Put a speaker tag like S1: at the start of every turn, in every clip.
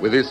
S1: With his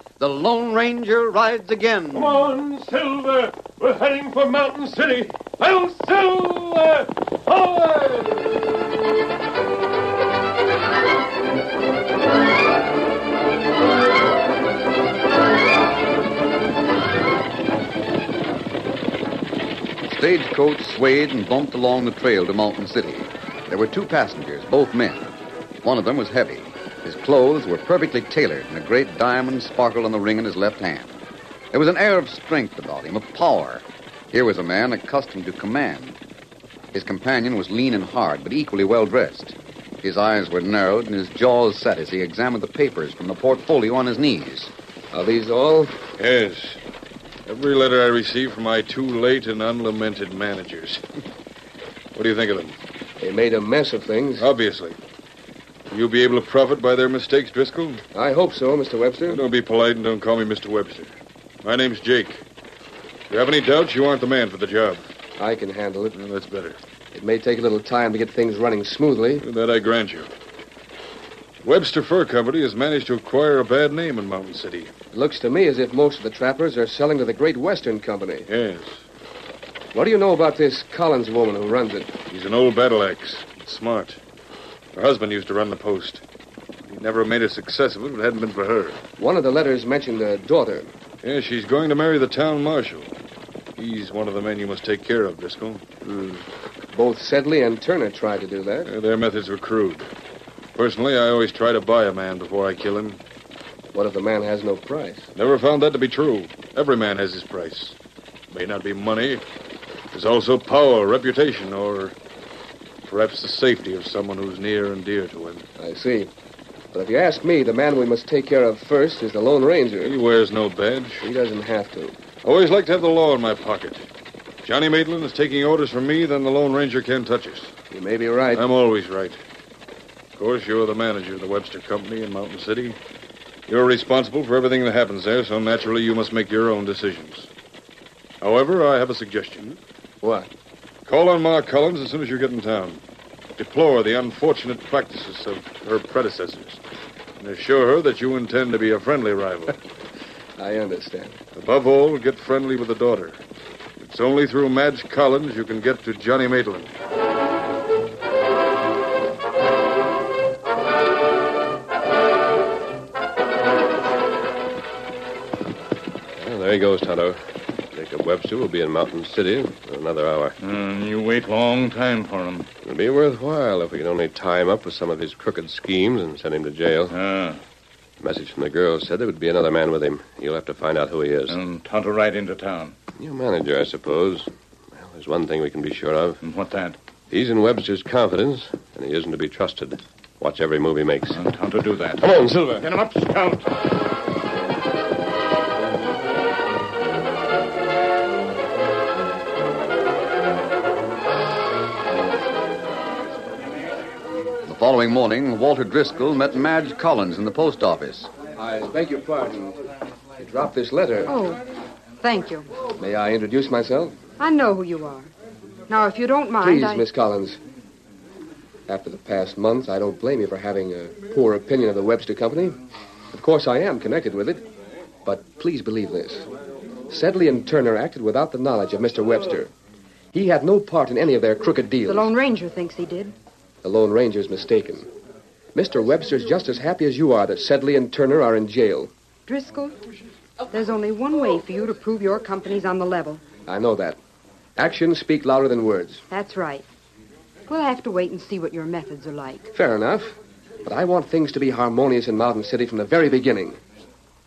S1: The Lone Ranger rides again.
S2: Come on, Silver! We're heading for Mountain City! I'll Silver! Forward!
S1: Stagecoach swayed and bumped along the trail to Mountain City. There were two passengers, both men. One of them was heavy. His clothes were perfectly tailored, and a great diamond sparkled on the ring in his left hand. There was an air of strength about him, of power. Here was a man accustomed to command. His companion was lean and hard, but equally well dressed. His eyes were narrowed and his jaws set as he examined the papers from the portfolio on his knees. Are these all?
S3: Yes. Every letter I receive from my too late and unlamented managers. what do you think of them?
S4: They made a mess of things.
S3: Obviously. Will you be able to profit by their mistakes, Driscoll?
S4: I hope so, Mr. Webster.
S3: Don't be polite and don't call me Mr. Webster. My name's Jake. If you have any doubts, you aren't the man for the job.
S4: I can handle it.
S3: Well, that's better.
S4: It may take a little time to get things running smoothly.
S3: That I grant you. Webster Fur Company has managed to acquire a bad name in Mountain City.
S4: It looks to me as if most of the trappers are selling to the Great Western Company.
S3: Yes.
S4: What do you know about this Collins woman who runs it?
S3: He's an old battle axe. Smart. Her husband used to run the post. He'd never have made a success of it if it hadn't been for her.
S4: One of the letters mentioned a daughter.
S3: Yeah, she's going to marry the town marshal. He's one of the men you must take care of, Driscoll.
S4: Both Sedley and Turner tried to do that.
S3: Uh, Their methods were crude. Personally, I always try to buy a man before I kill him.
S4: What if the man has no price?
S3: Never found that to be true. Every man has his price. May not be money. There's also power, reputation, or perhaps the safety of someone who's near and dear to him.
S4: I see. But if you ask me, the man we must take care of first is the Lone Ranger.
S3: He wears no badge.
S4: He doesn't have to.
S3: I always like to have the law in my pocket. Johnny Maitland is taking orders from me, then the Lone Ranger can't touch us.
S4: You may be right.
S3: I'm always right. Of course, you're the manager of the Webster Company in Mountain City. You're responsible for everything that happens there, so naturally you must make your own decisions. However, I have a suggestion.
S4: What?
S3: Call on Ma Collins as soon as you get in town. Deplore the unfortunate practices of her predecessors. and assure her that you intend to be a friendly rival.
S4: I understand.
S3: Above all, get friendly with the daughter. It's only through Madge Collins you can get to Johnny Maitland.
S5: Well, there he goes, Tonto. Jacob Webster will be in Mountain City in another hour.
S6: Hmm,
S3: you wait long time for him.
S5: It'll be worthwhile if we can only tie him up with some of his crooked schemes and send him to jail.
S3: Ah,
S5: A message from the girl said there would be another man with him. You'll have to find out who he is.
S3: and Tonto right into town.
S5: New manager, I suppose. Well, there's one thing we can be sure of.
S6: Hmm,
S3: And what that?
S5: He's in Webster's confidence, and he isn't to be trusted. Watch every move he makes.
S3: And Tonto do that.
S5: Come on, Silver.
S3: Get him up, Scout.
S1: The following morning, Walter Driscoll met Madge Collins in the post office.
S4: I beg your pardon. You dropped this letter.
S7: Oh, thank you.
S4: May I introduce myself?
S7: I know who you are. Now, if you don't mind,
S4: Please,
S7: I...
S4: Miss Collins. After the past month, I don't blame you for having a poor opinion of the Webster Company. Of course, I am connected with it. But please believe this. Sedley and Turner acted without the knowledge of Mr. Webster. He had no part in any of their crooked deals.
S7: the Lone Ranger thinks he did.
S4: The Lone Ranger's mistaken. Mr. Webster's just as happy as you are that Sedley and Turner are in jail.
S7: Driscoll, there's only one way for you to prove your company's on the level.
S4: I know that. Actions speak louder than words.
S7: That's right. We'll have to wait and see what your methods are like.
S4: Fair enough. But I want things to be harmonious in Mountain City from the very beginning.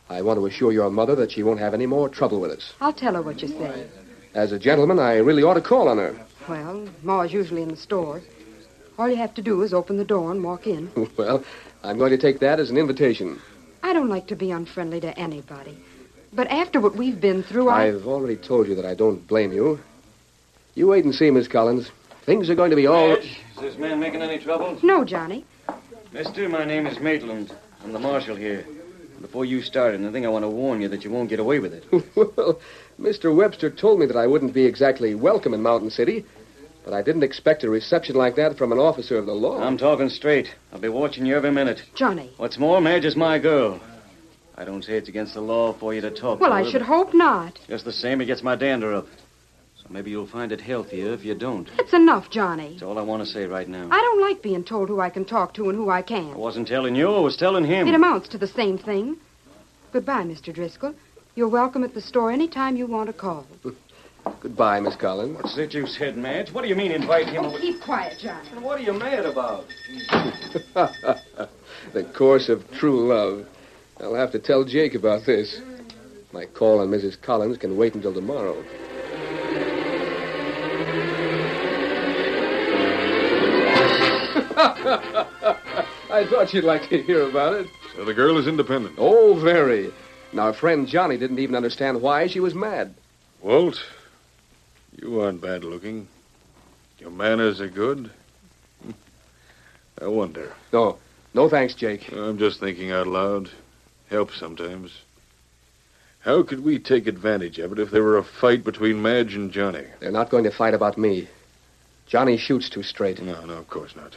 S4: I want to assure your mother that she won't have any more trouble with us.
S7: I'll tell her what you say.
S4: As a gentleman, I really ought to call on her.
S7: Well, Ma's usually in the store. All you have to do is open the door and walk in.
S4: Well, I'm going to take that as an invitation.
S7: I don't like to be unfriendly to anybody. But after what we've been through, I...
S4: I've already told you that I don't blame you. You wait and see, Miss Collins. Things are going to be all.
S8: Is this man making any trouble?
S7: No, Johnny.
S8: Mister, my name is Maitland. I'm the marshal here. Before you start anything, I want to warn you that you won't get away with it.
S4: well, Mr. Webster told me that I wouldn't be exactly welcome in Mountain City, but I didn't expect a reception like that from an officer of the law.
S8: I'm talking straight. I'll be watching you every minute.
S7: Johnny.
S8: What's more, Madge is my girl. I don't say it's against the law for you to talk.
S7: Well,
S8: to
S7: I
S8: her,
S7: should
S8: but
S7: hope not.
S8: Just the same, it gets my dander up. So maybe you'll find it healthier if you don't.
S7: That's enough, Johnny.
S8: That's all I want to say right now.
S7: I don't like being told who I can talk to and who I
S8: I
S7: can't.
S8: wasn't telling you. I was telling him.
S7: It amounts to the same thing. Goodbye, Mr. Driscoll. You're welcome at the store any time you want to call.
S4: Goodbye, Miss Collins.
S8: What's that you said, Madge? What do you mean invite him? over?
S7: Oh, keep quiet, Johnny.
S8: And what are you mad about?
S4: The course of true love. I'll have to tell Jake about this. My call on Mrs. Collins can wait until tomorrow. I thought you'd like to hear about it.
S3: So the girl is independent.
S4: Oh, very. And our friend Johnny didn't even understand why she was mad.
S3: Walt, you aren't bad looking. Your manners are good. I wonder.
S4: No, no thanks, Jake.
S3: I'm just thinking out loud. Helps sometimes. How could we take advantage of it if there were a fight between Madge and Johnny?
S4: They're not going to fight about me. Johnny shoots too straight.
S3: No, no, of course not.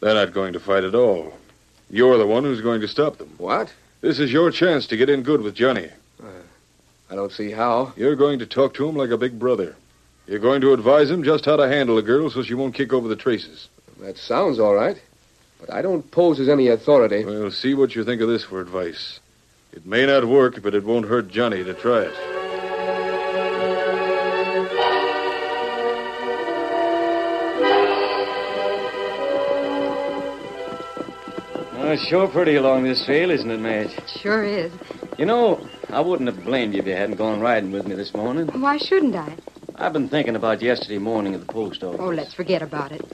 S3: They're not going to fight at all. You're the one who's going to stop them.
S4: What? Uh,
S3: This is your chance to get in good with Johnny.
S4: I don't see how.
S3: You're going to talk to him like a big brother. You're going to advise him just how to handle a girl so she won't kick over the traces.
S4: That sounds all right. But I don't pose as any authority.
S3: Well, see what you think of this for advice. It may not work, but it won't hurt Johnny to try it.
S8: Oh, it's sure pretty along this trail, isn't it, Madge?
S7: It sure is.
S8: You know, I wouldn't have blamed you if you hadn't gone riding with me this morning.
S7: Why shouldn't I?
S8: I've been thinking about yesterday morning at the post office.
S7: Oh, let's forget about it.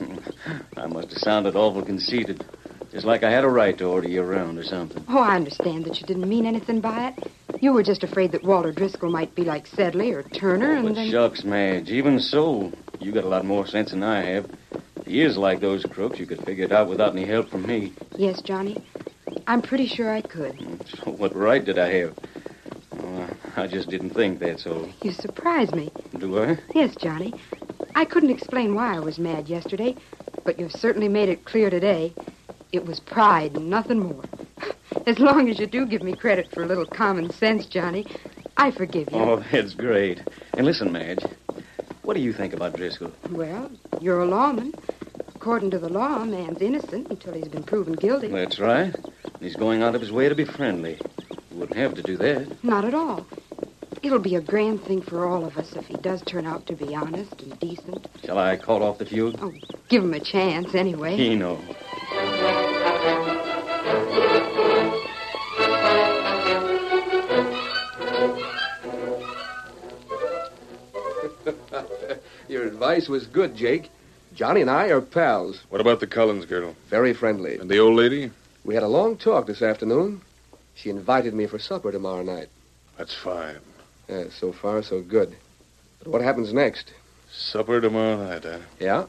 S8: I must have sounded awful conceited. Just like I had a right to order you around or something.
S7: Oh, I understand that you didn't mean anything by it. You were just afraid that Walter Driscoll might be like Sedley or Turner, and
S8: Oh, But
S7: then.
S8: shucks, Madge, even so, you got a lot more sense than I have. If he is like those crooks, you could figure it out without any help from me.
S7: Yes, Johnny. I'm pretty sure I could.
S8: So what right did I have? Oh, I just didn't think that's all.
S7: You surprised me.
S8: Do I?
S7: Yes, Johnny. I couldn't explain why I was mad yesterday, but you've certainly made it clear today. It was pride and nothing more. As long as you do give me credit for a little common sense, Johnny, I forgive you.
S8: Oh, that's great. And listen, Madge, what do you think about Driscoll?
S7: Well, you're a lawman. According to the law, a man's innocent until he's been proven guilty.
S8: That's right. He's going out of his way to be friendly. He wouldn't have to do that.
S7: Not at all. It'll be a grand thing for all of us if he does turn out to be honest and decent.
S8: Shall I call off the feud?
S7: Give him a chance, anyway.
S8: Keno.
S4: Your advice was good, Jake. Johnny and I are pals.
S3: What about the Collins girl?
S4: Very friendly.
S3: And the old lady?
S4: We had a long talk this afternoon. She invited me for supper tomorrow night.
S3: That's fine.
S4: Yeah, so far, so good. But what happens next?
S3: Supper tomorrow night, eh? huh?
S4: Yeah?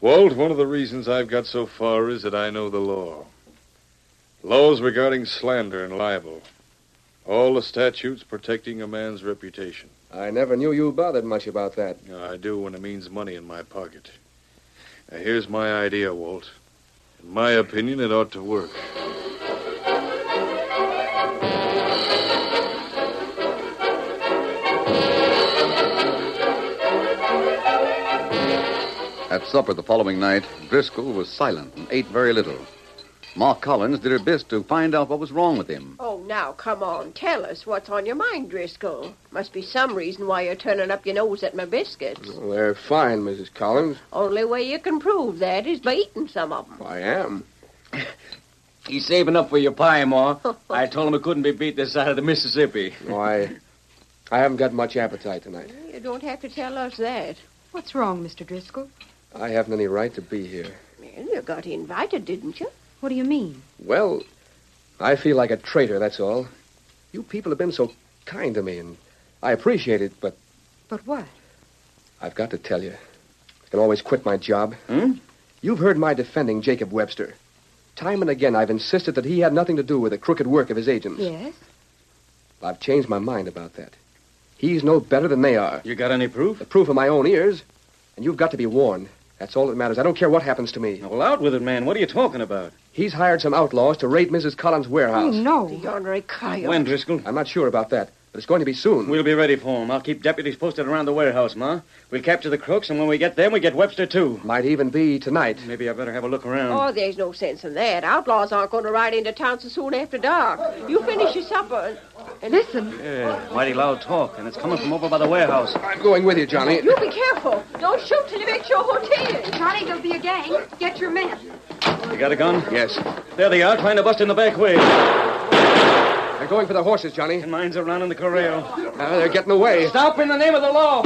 S3: Walt, one of the reasons I've got so far is that I know the law. Laws regarding slander and libel. All the statutes protecting a man's reputation.
S4: I never knew you bothered much about that.
S3: You know, I do when it means money in my pocket. Now, here's my idea, Walt. In my opinion, it ought to work.
S1: At supper the following night, Driscoll was silent and ate very little. Ma Collins did her best to find out what was wrong with him.
S9: Oh, now, come on. Tell us what's on your mind, Driscoll. Must be some reason why you're turning up your nose at my biscuits.
S4: They're fine, Mrs. Collins.
S9: Only way you can prove that is by eating some of 'em.
S4: I am.
S8: He's saving up for your pie, Ma. I told him it couldn't be beat this side of the Mississippi.
S4: No, I, I haven't got much appetite tonight.
S9: You don't have to tell us that.
S7: What's wrong, Mr. Driscoll?
S4: I haven't any right to be here.
S9: Well, you got invited, didn't you?
S7: What do you mean?
S4: Well, I feel like a traitor, that's all. You people have been so kind to me, and I appreciate it, but
S7: But what?
S4: I've got to tell you. I can always quit my job.
S8: Hmm?
S4: You've heard my defending Jacob Webster. Time and again, I've insisted that he had nothing to do with the crooked work of his agents.
S7: Yes?
S4: I've changed my mind about that. He's no better than they are.
S8: You got any proof?
S4: The proof of my own ears, and you've got to be warned. That's all that matters. I don't care what happens to me.
S8: Well, out with it, man. What are you talking about?
S4: He's hired some outlaws to raid Mrs. Collins'
S7: Oh,
S4: warehouse.
S7: no.
S9: The ornery coyote.
S8: When, Driscoll?
S4: I'm not sure about that, but it's going to be soon.
S8: We'll be ready for him. I'll keep deputies posted around the warehouse, Ma. We'll capture the crooks, and when we get them, we get Webster, too.
S4: Might even be tonight.
S8: Maybe I better have a look around.
S9: Oh, there's no sense in that. Outlaws aren't going to ride into town so soon after dark. You finish your supper and, and
S7: Listen,
S8: Yeah, mighty loud talk, and it's coming from over by the warehouse.
S4: I'm going with you, Johnny.
S9: You be careful. Don't shoot till you make your hotel.
S7: Johnny, there'll be a gang. Get your men.
S8: You got a gun?
S4: Yes.
S8: There they are, trying to bust in the back way.
S4: They're going for the horses, Johnny.
S8: And mine's around in the corral.
S4: Uh, they're getting away.
S8: Stop in the name of the law!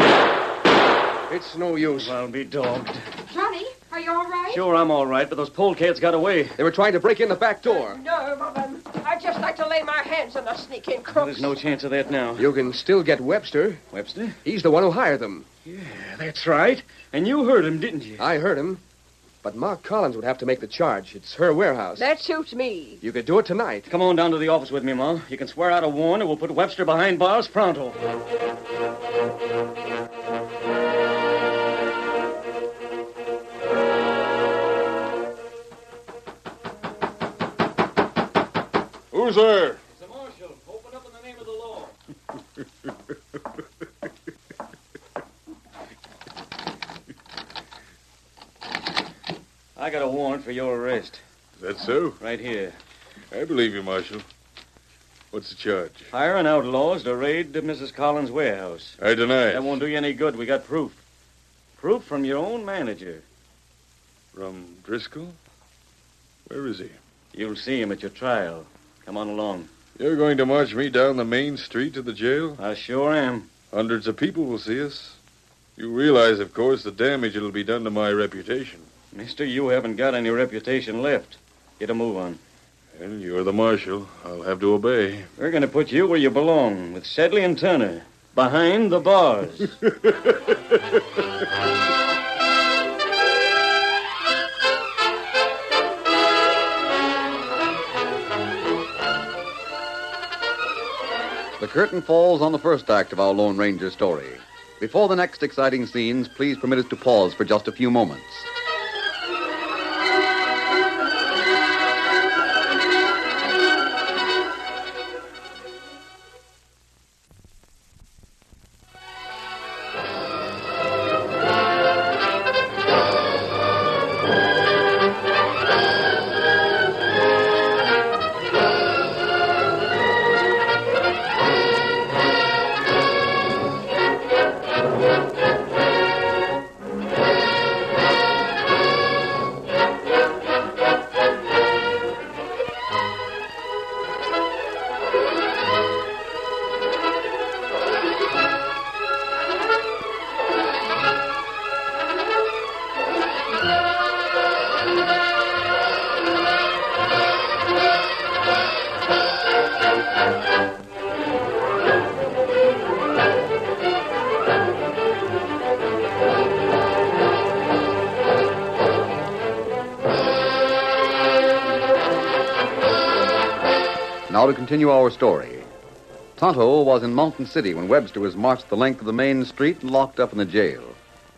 S4: It's no use.
S8: I'll be dogged.
S7: Johnny, are you all right?
S8: Sure, I'm all right, but those polecats got away.
S4: They were trying to break in the back door.
S9: Nerve of 'em. I'd just like to lay my hands on the sneaking crooks.
S8: There's no chance of that now.
S4: You can still get Webster.
S8: Webster?
S4: He's the one who hired them.
S8: Yeah, that's right. And you heard him, didn't you?
S4: I heard him. But Ma Collins would have to make the charge. It's her warehouse.
S9: That suits me.
S4: You could do it tonight.
S8: Come on down to the office with me, Ma. You can swear out a warrant, and we'll put Webster behind bars pronto.
S3: Who's there?
S8: It's the marshal. Open up in the name of the law. I got a warrant for your arrest.
S3: Is that so?
S8: Right here.
S3: I believe you, Marshal. What's the charge?
S8: Hiring outlaws to raid the Mrs. Collins' warehouse.
S3: I deny
S8: That
S3: it.
S8: won't do you any good. We got proof. Proof from your own manager.
S3: From Driscoll? Where is he?
S8: You'll see him at your trial. Come on along.
S3: You're going to march me down the main street to the jail?
S8: I sure am.
S3: Hundreds of people will see us. You realize, of course, the damage it'll be done to my reputation.
S8: Mister, you haven't got any reputation left. Get a move on.
S3: And you're the marshal. I'll have to obey.
S8: We're going to put you where you belong with Sedley and Turner. Behind the bars.
S1: The curtain falls on the first act of our Lone Ranger story. Before the next exciting scenes, please permit us to pause for just a few moments. Now to continue our story. Tonto was in Mountain City when Webster was marched the length of the main street and locked up in the jail.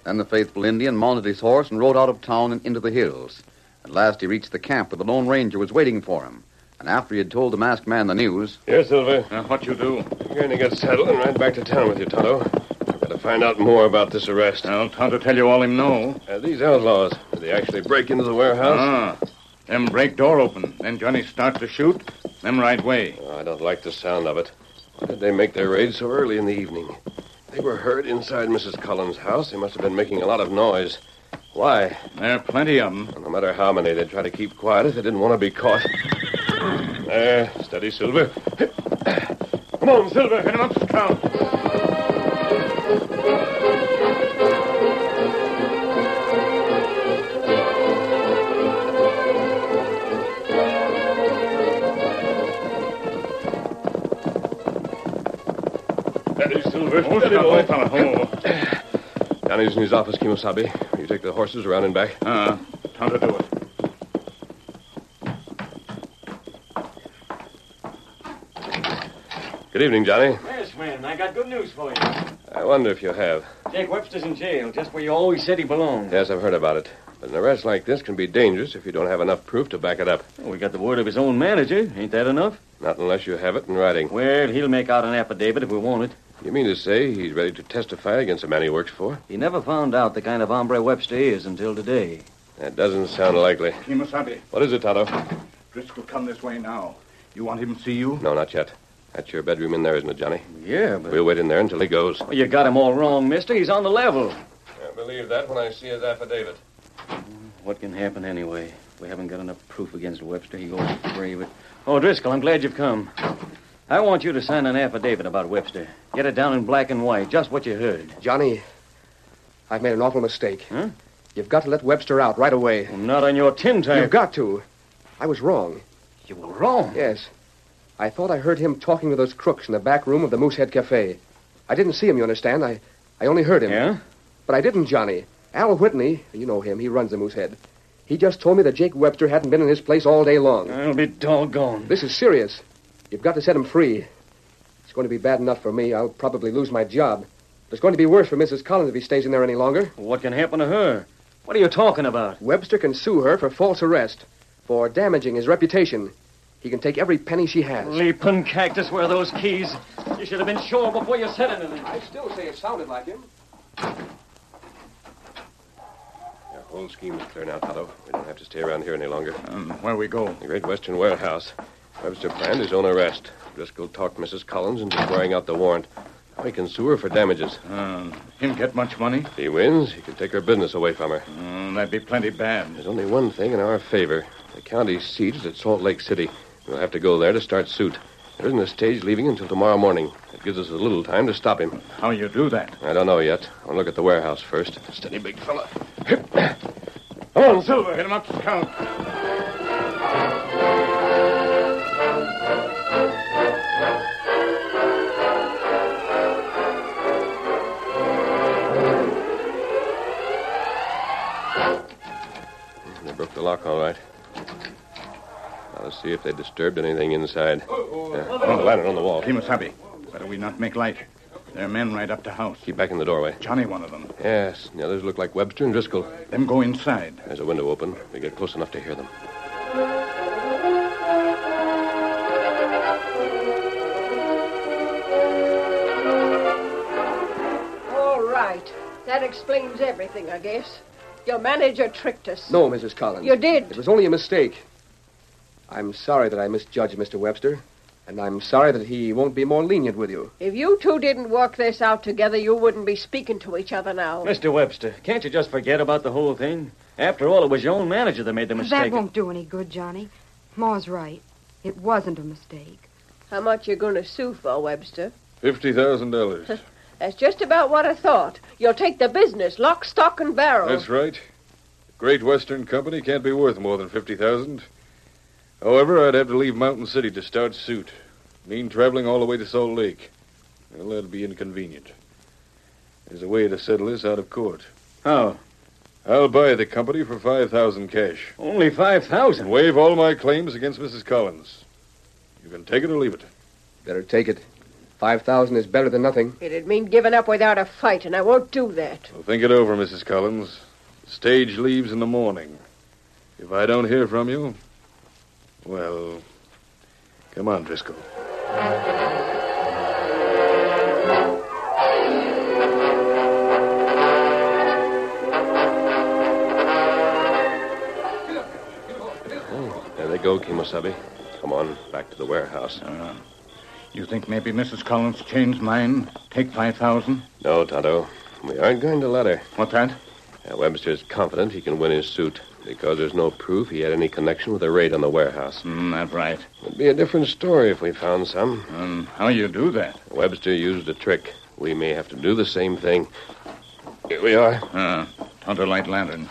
S1: Then the faithful Indian mounted his horse and rode out of town and into the hills. At last he reached the camp where the Lone Ranger was waiting for him. And after he had told the masked man the news,
S10: Here, Silver.
S6: Now, what you do?
S10: You're going to get settled and ride back to town with you, Tonto. I've got to find out more about this arrest.
S6: I'll Tonto tell you all him know.
S10: Uh, these outlaws, did they actually break into the warehouse?
S6: Ah. Them break door open. Then Johnny start to shoot. Them right way.
S3: Oh, I don't like the sound of it. Why did they make their raid so early in the evening? They were heard inside Mrs. Cullen's house. They must have been making a lot of noise. Why?
S6: There are plenty of 'em.
S3: No matter how many, they'd try to keep quiet if they didn't want to be caught. There, steady, Silver.
S10: Come on, Silver.
S6: Get 'em up, scout.
S10: Steady, Silver.
S6: Oh,
S10: Steady,
S6: scout,
S10: boy.
S6: old fella. Oh.
S3: Danny's in his office, Kimosabe. You take the horses around and back.
S6: Ah. Tonto do it.
S3: Good evening, Johnny.
S8: Yes, man, I got good news for you.
S3: I wonder if you have.
S8: Jack Webster's in jail, just where you always said he belonged.
S3: Yes, I've heard about it. But an arrest like this can be dangerous if you don't have enough proof to back it up.
S8: Well, Oh, we got the word of his own manager. Ain't that enough?
S3: Not unless you have it in writing.
S8: Well, he'll make out an affidavit if we want it.
S3: You mean to say he's ready to testify against the man he works for?
S8: He never found out the kind of hombre Webster is until today.
S3: That doesn't sound likely.
S6: Kimasabe,
S3: What is it, Tonto?
S6: Driscoll come this way now. You want him to see you?
S3: No, not yet. That's your bedroom in there, isn't it, Johnny?
S8: Yeah, but.
S3: We'll wait in there until he goes.
S8: Well, Oh, you got him all wrong, mister. He's on the level.
S3: I believe that when I see his affidavit.
S8: What can happen anyway? We haven't got enough proof against Webster. He goes free, but... Oh, Driscoll, I'm glad you've come. I want you to sign an affidavit about Webster. Get it down in black and white, just what you heard.
S4: Johnny, I've made an awful mistake.
S8: Huh?
S4: You've got to let Webster out right away.
S8: Not on your tin
S4: You've
S8: type.
S4: got to. I was wrong.
S8: You were wrong.
S4: Yes. I thought I heard him talking to those crooks in the back room of the Moosehead Cafe. I didn't see him, you understand? I, I only heard him.
S8: Yeah?
S4: But I didn't, Johnny. Al Whitney, you know him, he runs the Moosehead. He just told me that Jake Webster hadn't been in his place all day long.
S8: I'll be doggone.
S4: This is serious. You've got to set him free. It's going to be bad enough for me. I'll probably lose my job. But it's going to be worse for Mrs. Collins if he stays in there any longer.
S8: What can happen to her? What are you talking about?
S4: Webster can sue her for false arrest, for damaging his reputation. He can take every penny she has.
S8: Leaping cactus, where are those keys? You should have been sure before you said anything.
S4: I still say it sounded like him.
S3: Your whole scheme is clear now, Tonto. We don't have to stay around here any longer.
S6: Um, where we go?
S3: The Great Western Warehouse. Webster planned his own arrest. Driscoll talked Mrs. Collins into swearing out the warrant. Now he can sue her for damages.
S6: Um, him get much money?
S3: If he wins, he can take her business away from her.
S6: Um, that'd be plenty bad.
S3: There's only one thing in our favor. The county seat is at Salt Lake City. We'll have to go there to start suit. There isn't a stage leaving until tomorrow morning. It gives us a little time to stop him.
S6: How you do that?
S3: I don't know yet. I'll look at the warehouse first. Steady, big fella.
S6: Come on, Silver. Get him up, scout.
S3: They broke the lock, all right. Now let's see if they disturbed anything inside. Yeah. Oh, the lantern on the wall.
S6: Kimasabe, better we not make light. There are men right up to house.
S3: Keep back in the doorway.
S6: Johnny, one of them.
S3: Yes, and the others look like Webster and Driscoll.
S6: Them go inside.
S3: There's a window open. We get close enough to hear them.
S9: All right. That explains everything, I guess. Your manager tricked us.
S4: No, Mrs. Collins.
S9: You did.
S4: It was only a mistake. I'm sorry that I misjudged Mr. Webster, and I'm sorry that he won't be more lenient with you.
S9: If you two didn't work this out together, you wouldn't be speaking to each other now.
S8: Mr. Webster, can't you just forget about the whole thing? After all, it was your own manager that made the mistake.
S7: That won't do any good, Johnny. Ma's right. It wasn't a mistake.
S9: How much you going to sue for, Webster?
S6: $50,000.
S9: That's just about what I thought. You'll take the business, lock, stock, and barrel.
S6: That's right. Great Western Company can't be worth more than 50000 However, I'd have to leave Mountain City to start suit. Mean traveling all the way to Salt Lake. Well, that'd be inconvenient. There's a way to settle this out of court.
S8: How?
S6: I'll buy the company for 5000 cash
S8: Only
S6: and
S8: 5,000.
S6: waive all my claims against Mrs. Collins.
S3: You can take it or leave it.
S4: Better take it. Five thousand is better than nothing.
S9: It'd mean giving up without a fight, and I won't do that.
S3: Well, think it over, Mrs. Collins. Stage leaves in the morning. If I don't hear from you, well, come on, Driscoll.
S5: There they go, Kimosabe. Come on, back to the warehouse.
S6: You think maybe Mrs. Collins changed mind? Take 5,000?
S5: No, Tonto. We aren't going to let her.
S6: What's that?
S5: Uh, Webster's confident he can win his suit because there's no proof he had any connection with the raid on the warehouse.
S6: Mm, that's right.
S5: It'd be a different story if we found some.
S6: Um, how you do that?
S5: Webster used a trick. We may have to do the same thing. Here we are.
S6: Uh, Tonto light lantern.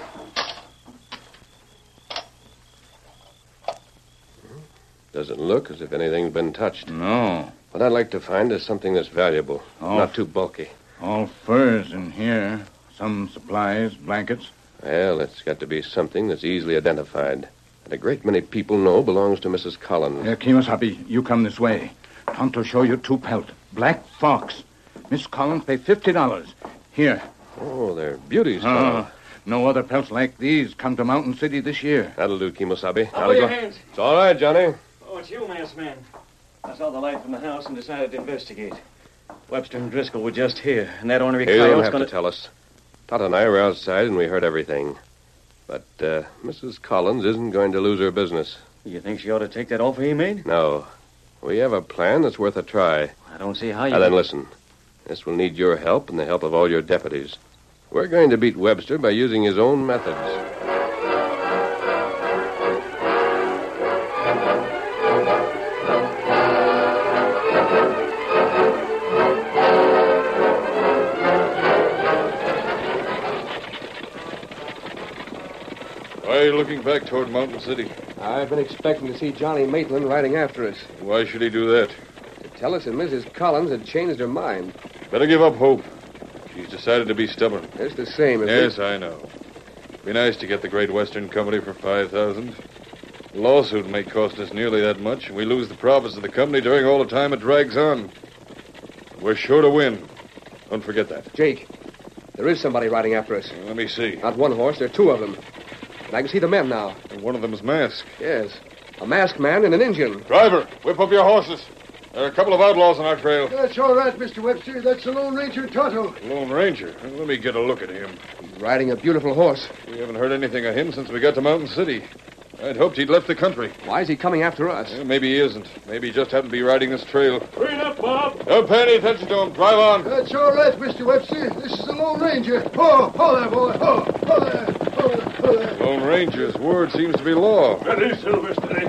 S5: Doesn't look as if anything's been touched.
S6: No.
S5: What I'd like to find is something that's valuable,
S6: Oh.
S5: not too bulky.
S6: All furs in here. Some supplies, blankets.
S5: Well, it's got to be something that's easily identified. And a great many people know belongs to Mrs. Collins.
S6: Here, Kimosabe, you come this way. Tonto show you two pelt. Black fox. Miss Collins pay $50. Here.
S5: Oh, they're beauties. Tonto.
S6: Ah, no other pelts like these come to Mountain City this year.
S5: That'll do, Kimosabe.
S8: Up with
S5: go-
S8: your hands.
S5: It's all right, Johnny.
S8: Oh, it's you, masked man. I saw the light from the house and decided to investigate. Webster and Driscoll were just here, and that ornery
S5: You don't
S8: coyote's
S5: have
S8: going
S5: to tell us. Todd and I were outside and we heard everything. But uh, Mrs. Collins isn't going to lose her business.
S8: You think she ought to take that offer he made?
S5: No. We have a plan that's worth a try.
S8: I don't see how you.
S5: Now then, listen. This will need your help and the help of all your deputies. We're going to beat Webster by using his own methods.
S3: Why are you looking back toward Mountain City?
S4: I've been expecting to see Johnny Maitland riding after us
S3: Why should he do that?
S4: to tell us that Mrs. Collins had changed her mind.
S3: Better give up hope. She's decided to be stubborn.
S4: It's the same. If
S3: Yes, I know. Be nice to get the Great Western Company for five thousand. The lawsuit may cost us nearly that much, and we lose the profits of the company during all the time it drags on. We're sure to win. Don't forget that.
S4: we- Jake, there is somebody riding after us.
S3: Let me see.
S4: Not one horse, there are two of them. And I can see the men now.
S3: One of them's masked.
S4: Yes. A masked man and an Indian.
S3: Driver, whip up your horses. There are a couple of outlaws on our trail.
S4: That's all right, Mr. Webster. That's the Lone Ranger Toto.
S3: Lone Ranger. Let me get a look at him.
S4: Riding a beautiful horse.
S3: We haven't heard anything of him since we got to Mountain City. I'd hoped he'd left the country.
S4: Why is he coming after us?
S3: Eh, Maybe he isn't. Maybe he just happened to be riding this trail.
S2: Green up, Bob.
S3: Don't pay any attention to him. Drive on.
S4: That's all right, Mr. Webster. This is the Lone Ranger. Ho, ho there, boy. Ho, ho there. Ho, ho there.
S3: Lone Ranger's word seems to be law.
S2: Steady, Silver, steady.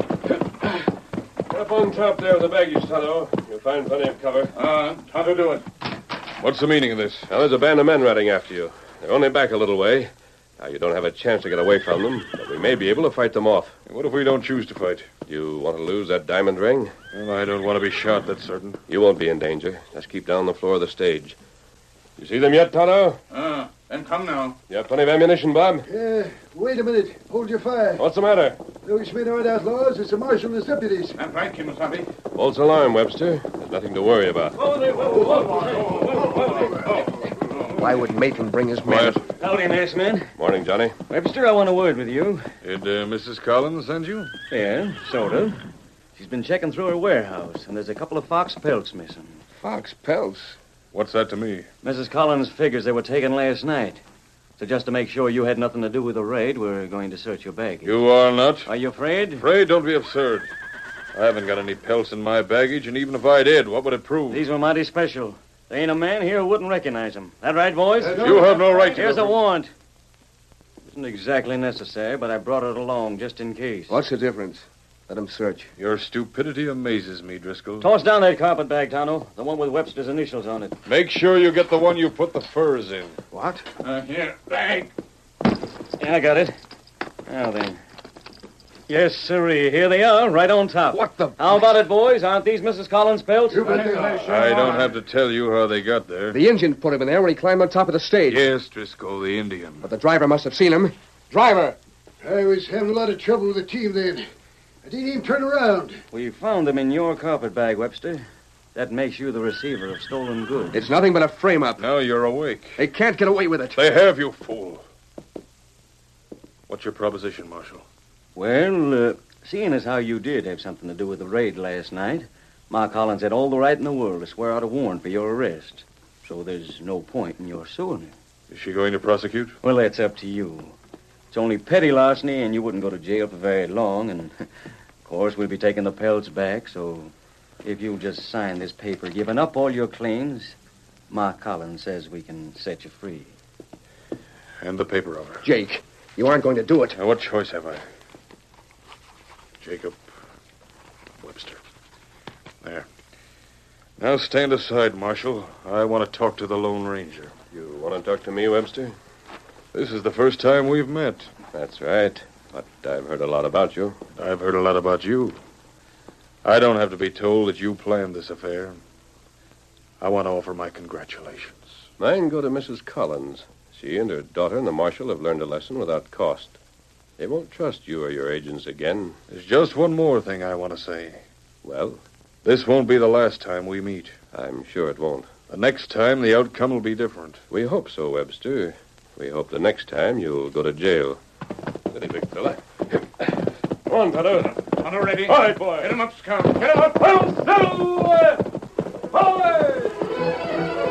S2: Up on top there with the baggage, Tonto. You'll find plenty of cover.
S6: Uh,
S2: Tonto, do it.
S3: Ah. What's the meaning of this?
S5: Now, there's a band of men riding after you. They're only back a little way. Now, you don't have a chance to get away from them, but we may be able to fight them off.
S3: What if we don't choose to fight?
S5: You want to lose that diamond ring?
S3: Well, I don't want to be shot, that's certain.
S5: You won't be in danger. Just keep down the floor of the stage. You see them yet, Tonto?
S6: uh, then come now.
S5: You have plenty of ammunition, Bob?
S4: Uh, wait a minute. Hold your fire.
S5: What's the matter?
S4: Those men aren't outlaws. It's the marshal and his deputies.
S6: That's right, Kimosabe.
S5: False alarm, Webster. There's nothing to worry about.
S6: Oh,
S4: Why would Maitland bring his
S3: Quiet.
S8: Howdy, masked man.
S5: Morning, Johnny.
S8: Webster, I want a word with you.
S3: Did uh, Mrs. Collins send you?
S8: Yeah, sort of. She's been checking through her warehouse, and there's a couple of fox pelts missing.
S4: Fox pelts.
S3: What's that to me?
S8: Mrs. Collins figures they were taken last night. So just to make sure you had nothing to do with the raid, we're going to search your baggage.
S3: You are not.
S8: Are you afraid?
S3: Pray don't be absurd. I haven't got any pelts in my baggage, and even if I did, what would it prove?
S8: These were mighty special. There ain't a man here who wouldn't recognize them. That right, boys?
S3: You have no right to.
S8: Here's a warrant. Isn't exactly necessary, but I brought it along just in case.
S4: What's the difference? Let him search.
S3: Your stupidity amazes me, Driscoll.
S8: Toss down that carpet bag, Tonto. The one with Webster's initials on it.
S3: Make sure you get the one you put the furs in.
S4: What?
S6: Uh, here, bag.
S8: Yeah, I got it. Now then. Yes, sirree. Here they are, right on
S5: Uh,
S8: top.
S4: What the?
S8: How about it, boys? Aren't these Mrs. Collins' pelts? Ah.
S3: I don't have to tell you how they got there.
S4: The engine put him in there when he climbed on top of the stage.
S3: Yes, Driscoll, the Indian.
S4: But the driver must have seen him. Driver!
S2: I was having a lot of trouble with the team then.
S11: I didn't even turn around.
S8: We found them in your carpet bag, Webster. That makes you the receiver of stolen goods.
S4: It's nothing but a frame up.
S3: Now you're awake.
S4: They can't get away with it.
S3: They have, you fool. What's your proposition, Marshal?
S8: Well, uh, seeing as how you did have something to do with the raid last night, Mark Collins had all the right in the world to swear out a warrant for your arrest. So there's no point in your suing him.
S3: Is she going to prosecute?
S8: Well, that's up to you. It's only petty larceny, and you wouldn't go to jail for very long, and of course we'll be taking the pelts back, so if you'll just sign this paper giving up all your claims, Mark Collins says we can set you free.
S3: Hand the paper over.
S4: Jake, you aren't going to do it.
S3: Now, what choice have I? Jacob Webster. There. Now stand aside, Marshal. I want to talk to the Lone Ranger.
S5: You want to talk to me, Webster?
S3: This is the first time we've met.
S5: That's right. But I've heard a lot about you.
S3: I've heard a lot about you. I don't have to be told that you planned this affair. I want to offer my congratulations.
S5: Mine go to Mrs. Collins. She and her daughter and the marshal have learned a lesson without cost. They won't trust you or your agents again.
S3: There's just one more thing I want to say.
S5: Well,
S3: This won't be the last time we meet.
S5: I'm sure it won't.
S3: The next time, the outcome will be different.
S5: We hope so, Webster. We hope the next time you'll go to jail. Steady, big fella. Come on, Tonto.
S6: Tonto ready.
S2: All right, boy.
S6: Get him up, Scout.
S2: Get up, I'll settle. Uh, away!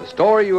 S1: The story you